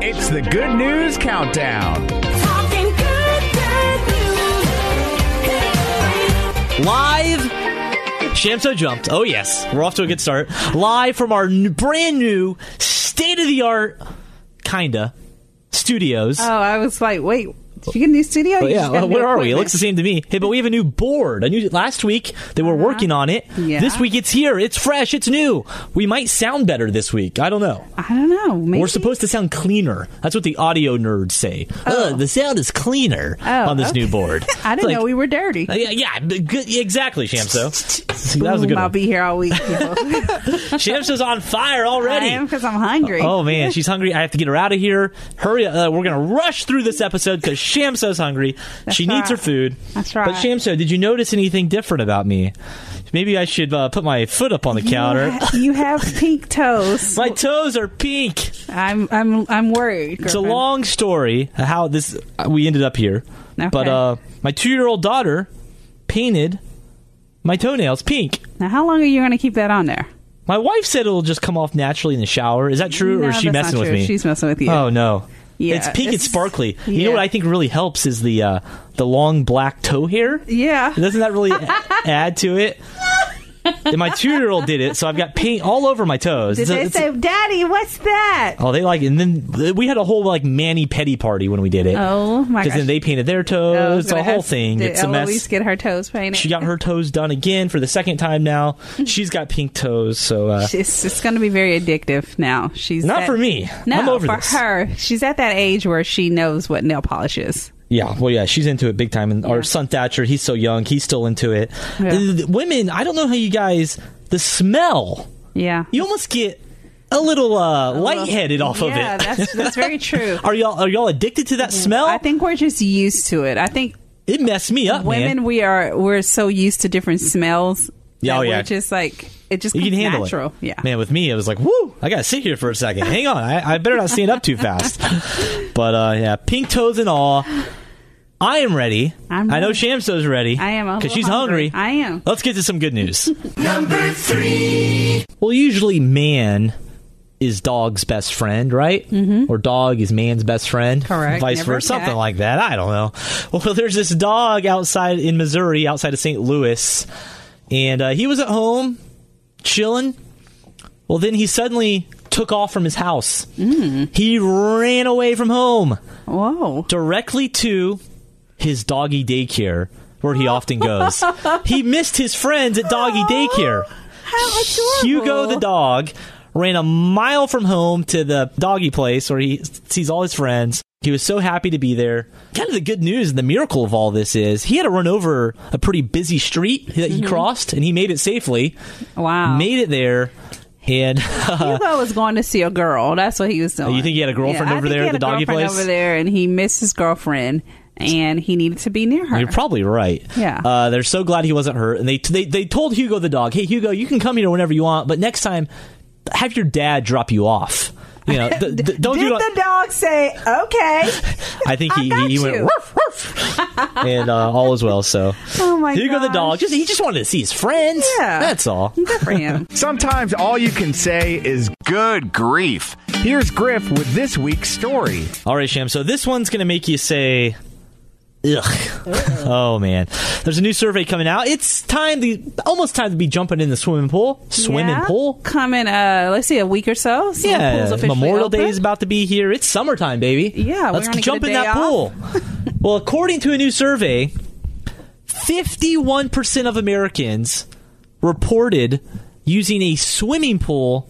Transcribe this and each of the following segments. It's the Good News Countdown. Talking good, good news. Live. Shamso jumped. Oh, yes. We're off to a good start. Live from our n- brand new, state of the art, kinda, studios. Oh, I was like, wait, did you get a new studio? But yeah, You just got well, new where are we? It equipment. looks the same to me. Hey, but we have a new board. I knew last week they were working on it. Uh-huh. Yeah. This week it's here. It's fresh. It's new. We might sound better this week. I don't know. I don't know. Maybe. We're supposed to sound cleaner. That's what the audio nerds say. Oh, the sound is cleaner Oh, on this okay. new board. I didn't It's like- know we were dirty. Uh, Yeah, yeah, b- good, yeah, exactly, Shamso. See, that was a Boom, good I'll one. be here all week. People. Shamso's on fire already. I am because I'm hungry. Oh man, she's hungry. I have to get her out of here. Hurry! Uh, we're gonna rush through this episode because Shamso's hungry. she needs her right. food. That's But right. Shamso, did you notice anything different about me? Maybe I should uh, put my foot up on the counter. You, ha- you have pink toes. my toes are pink. I'm I'm I'm worried. It's a long story how this uh, we ended up here. Okay. But uh, my two-year-old daughter painted my toenails pink. Now, how long are you going to keep that on there? My wife said it'll just come off naturally in the shower. Is that true, No, or is she that's not messing with true. me? She's messing with you. Oh no. Yeah, it's pink. It's it's- sparkly. You know yeah. what I think really helps is the uh, the long black toe hair. Yeah. Doesn't that really a- add to it? And my two year old did it, so I've got paint all over my toes. Did It's a- they it's a- say, "Daddy, what's that"? Oh, they like, and then we had a whole like mani petty party when we did it. Oh, my Because then gosh. they painted their toes. I was Oh, it's a gonna whole ask, thing. Did It's a Eloise mess. get her toes painted? She got her toes done again for the second time now. She's got pink toes, so uh, It's, it's going to be very addictive now. She's not at- for me. No, I'm over for this. her. She's at that age where she knows what nail polish is. Yeah, well, yeah, she's into it big time. And our son Thatcher, he's so young, he's still into it. Yeah. The- the women, I don't know how you guys. The smell, Yeah. you almost get a little uh, lightheaded off of it. yeah, that's that's very true. are y'all are y'all addicted to that smell? I think we're just used to it. I think it messed me up, women man. we are we're so used to different smells. Yeah, that oh, yeah. We're just like it just You can comes handle natural. it, Yeah. Man, with me, it was like, woo! I gotta sit here for a second. Hang on, I, I better not stand up too fast. But uh, yeah, pink toes and all. I am ready. I'm I know ready. Shamso's ready. I am a because little she's hungry. hungry. I am. Let's get to some good news. Number three. Well, usually man is dog's best friend, right? Mm-hmm. Or dog is man's best friend. Correct. Vice Never versa, a something cat. like that. I don't know. Well, there's this dog outside in Missouri, outside of St. Louis, and uh, he was at home chilling. Well, then he suddenly took off from his house. Mm. He ran away from home Whoa. directly to his doggy daycare where he often goes. he missed his friends at doggy daycare. How adorable. Hugo the dog ran a mile from home to the doggy place where he sees all his friends. He was so happy to be there. Kind of the good news and the miracle of all this is he had to run over a pretty busy street that he crossed and he made it safely. Mm-hmm. Wow. Made it there. And Hugo was going to see a girl. That's what he was doing. uh, Oh, you think he had a girlfriend Yeah, I over think there he at had the a doggy girlfriend place? Over there, and he missed his girlfriend, and he needed to be near her. You're probably right. Yeah. Uh, they're so glad he wasn't hurt, and they they they told Hugo the dog, "Hey Hugo, you can come here whenever you want, but next time, have your dad drop you off." You know, th- th- don't Did do it. the dog say okay? I think he, I got he, he went you. woof woof, and uh, all is well. So, Oh my Hugo the gosh. dog just he just wanted to see his friends. Yeah. that's all. Good for him. Sometimes all you can say is good grief. Here's Griff with this week's story. All right, Sham. So this one's going to make you say, "Ugh." oh man, there's a new survey coming out. It's time to almost time to be jumping in the swimming pool. Swimming Yeah. pool. coming. Uh, let's see, a week or so. so the pool's Yeah, officially Memorial open. Day is about to be here. It's summertime, baby. Yeah, we're let's gonna get jump a in day that off. pool. well, according to a new survey, fifty-one percent of Americans reported using a swimming pool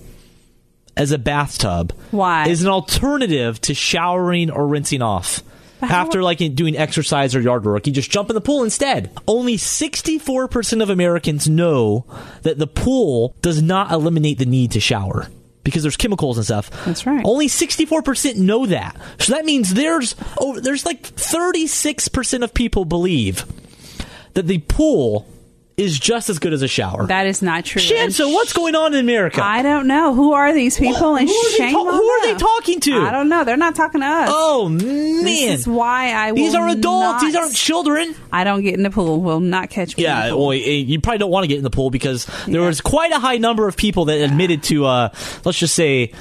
as a bathtub. Why? Is an alternative to showering or rinsing off. how- After like doing exercise or yard work, you just jump in the pool instead. Only 64% of Americans know that the pool does not eliminate the need to shower because there's chemicals and stuff. That's right. Only 64% know that. So that means there's oh, there's like 36% of people believe that the pool is just as good as a shower. That is not true. Shan, And so what's going on in America? I don't know who are these people, and Who are they shame ta- on who are them. they talking to? I don't know. They're not talking to us. Oh man. This is why I. Will These are adults. not- These aren't children. I don't get in the pool. Will not catch me. in Yeah, the pool. well, eh, you probably don't want to get in the pool because there was quite a high number of people that admitted to, uh, let's just say,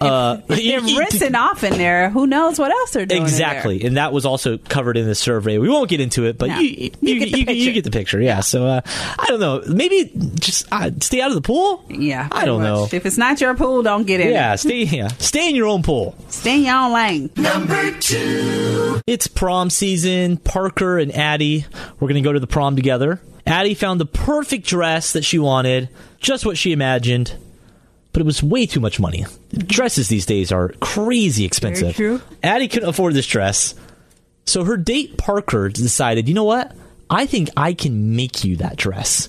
Uh, They're rinsing off in there. Who knows what else they're doing? in there. Exactly, and that was also covered in the survey. We won't get into it, but No. you, You you, get the you- you picture. get the picture. Yeah. So uh, I don't know. Maybe just uh, stay out of the pool. Yeah. I don't pretty know. much. If it's not your pool, don't get in. Yeah, stay yeah. stay in your own pool. Stay in your own lane. Oh It's prom season. Parker and Addie, we're going to go to the prom together. Addie found the perfect dress that she wanted, just what she imagined, but it was way too much money. Dresses these days are crazy expensive. true. Addie couldn't afford this dress. So her date Parker decided, you know what? I think I can make you that dress.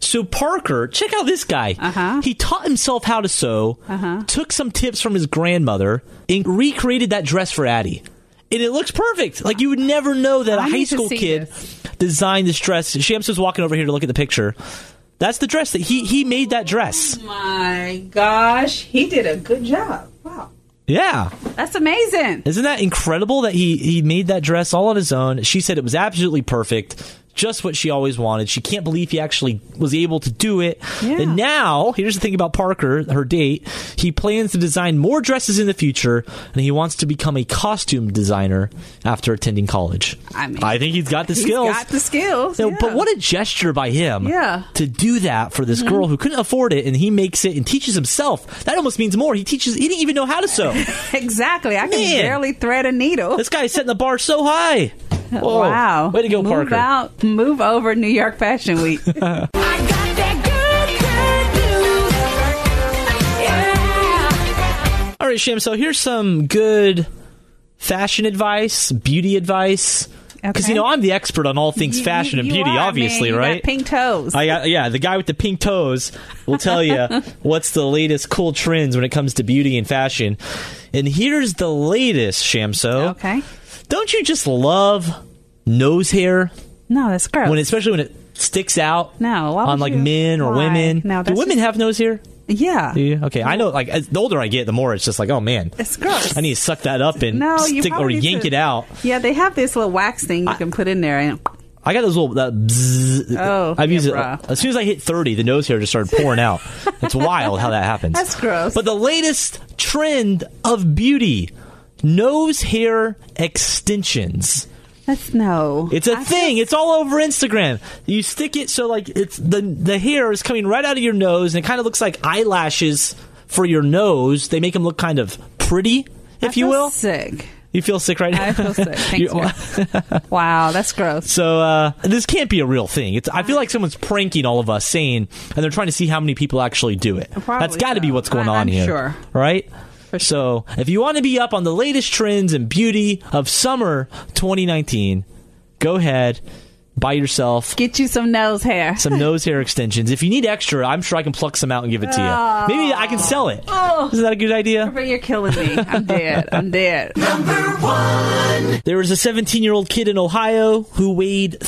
So Parker, check out this guy. Uh-huh. He taught himself how to sew, took some tips from his grandmother, and recreated that dress for Addie. And it looks perfect. Like you would never know that a I high need to school see kid designed this dress. Shams is walking over here to look at the picture. That's the dress that he he made that dress. My gosh, he did a good job. Wow. Yeah. That's amazing. Isn't that incredible that he he made that dress all on his own? She said it was absolutely perfect, just what she always wanted. She can't believe he actually was able to do it. Yeah. And now, here's the thing about Parker, her date. He plans to design more dresses in the future, and he wants to become a costume designer after attending college. I mean, I think he's got the He's skills. got the skills. No, yeah. But what a gesture by him Yeah. Mm-hmm. to do that for this girl who couldn't afford it, and he makes it and teaches himself. That almost means more. He teaches. He didn't even know how to sew. Exactly. I can Man. barely thread a needle. This guy's setting the bar so high. Whoa. wow. Way to go, move Parker. Out, move over New York Fashion Week. I got that good, good news. Yeah. All right, Sham. So here's some good fashion advice, beauty advice. Because, Okay. you know, I'm the expert on all things You- fashion you- and you beauty, are, man. obviously, You got right? pink toes. I got, yeah, the guy with the pink toes will tell you what's the latest cool trends when it comes to beauty and fashion. And here's the latest, Shamso. okay. Don't you just love nose hair? No, that's gross. When especially when it sticks out No, why on would like you- men or why? women. No, Do that's women have nose hair? yeah. Do you? Okay, I know. Like as, the older I get, the more it's just like, oh man, It's gross. I need to suck that up and No, you stick or probably need yank to- it out. yeah, they have this little wax thing you can put in there. And, I got those little that. Bzzz, Oh, I've used yeah, it as soon as I hit thirty. The nose hair just started pouring out. It's wild how that happens. That's gross. But the latest trend of beauty. Nose hair extensions. that's no. It's a I feel- thing. It's all over Instagram. You stick it so like it's the the hair is coming right out of your nose, and it kind of looks like eyelashes for your nose. They make them look kind of pretty, I if you feel will. Sick. You feel sick right now. I feel sick. You- Thanks, man. wow, that's gross. so uh, this can't be a real thing. It's, I feel like someone's pranking all of us, saying, and they're trying to see how many people actually do it. Probably That's got to so. be what's going I- on I'm here, sure. right? For So if you want to be up on the latest trends and beauty of summer 2019, go ahead, buy yourself Get you some nose hair. some nose hair extensions. If you need extra, I'm sure I can pluck some out and give it to you. Maybe I can sell it. Oh. Isn't that a good idea? But you're killing me. I'm dead. I'm dead. There was a 17 year old kid in Ohio who weighed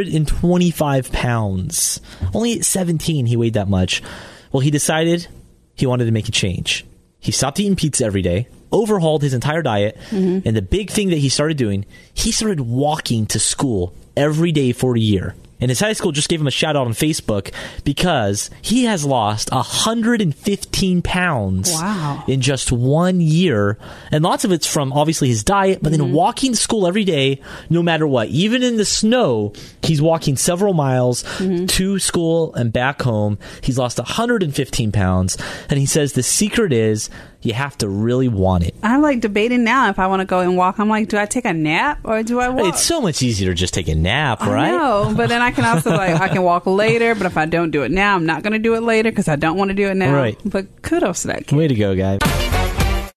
325 pounds. Only at 17, he weighed that much. Well, he decided he wanted to make a change. He stopped eating pizza every day, overhauled his entire diet, and the big thing that he started doing, he started walking to school every day for a year. And his high school just gave him a shout out on Facebook because he has lost 115 pounds Wow. in just one year. And lots of it's from obviously his diet, but Mm-hmm. then walking to school every day, no matter what. Even in the snow, he's walking several miles Mm-hmm. to school and back home. He's lost 115 pounds. And he says the secret is you have to really want it. I'm like debating now if I want to go and walk. I'm like, do I take a nap or do I walk? It's so much easier to just take a nap, right? No, but then I can also like I can walk later. But if I don't do it now, I'm not going to do it later because I don't want to do it now. Right. But kudos to that kid. Way to go, guy.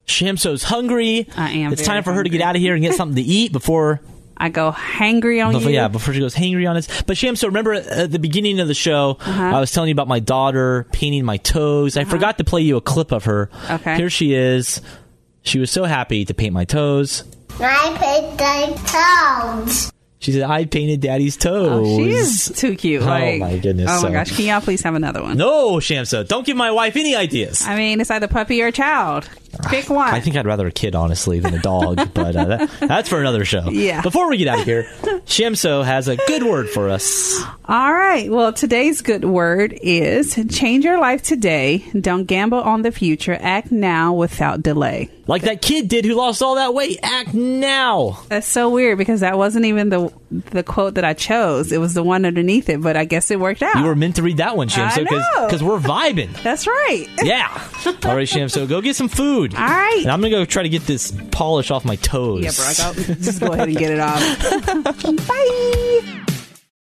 Shamso's hungry. I am It's very time for her to get hungry. out of here and get something to eat before I go hangry on Before, Oh, you. yeah, before she goes hangry on us. But Sham, so remember at the beginning of the show, Uh-huh. I was telling you about my daughter painting my toes. I forgot to play you a clip of her. Okay. Here she is. She was so happy to paint my toes. I paid the towns. She said, I painted daddy's Oh, toes. she is too cute. Oh, like- my goodness, Oh so- my gosh! Can y'all please have another one? No, Shamsa, don't give my wife any ideas. I mean, it's either puppy or child. Pick one. I think I'd rather a kid, honestly, than a dog, but uh, that, that's for another show. Yeah. Before we get out of here, Shamso has a good word for us. All right. Well, today's good word is change your life today. Don't gamble on the future. Act now without delay. Like that kid did who lost all that weight, act now. That's so weird because that wasn't even the the quote that I chose. It was the one underneath it, but I guess it worked out. You were meant to read that one, Shamso, know. because we're vibing. That's right. Yeah. All right, Sham. So go get some food. All right. And I'm gonna go try to get this polish off my toes. Yeah, bro. I got, just go ahead and get it off. Bye.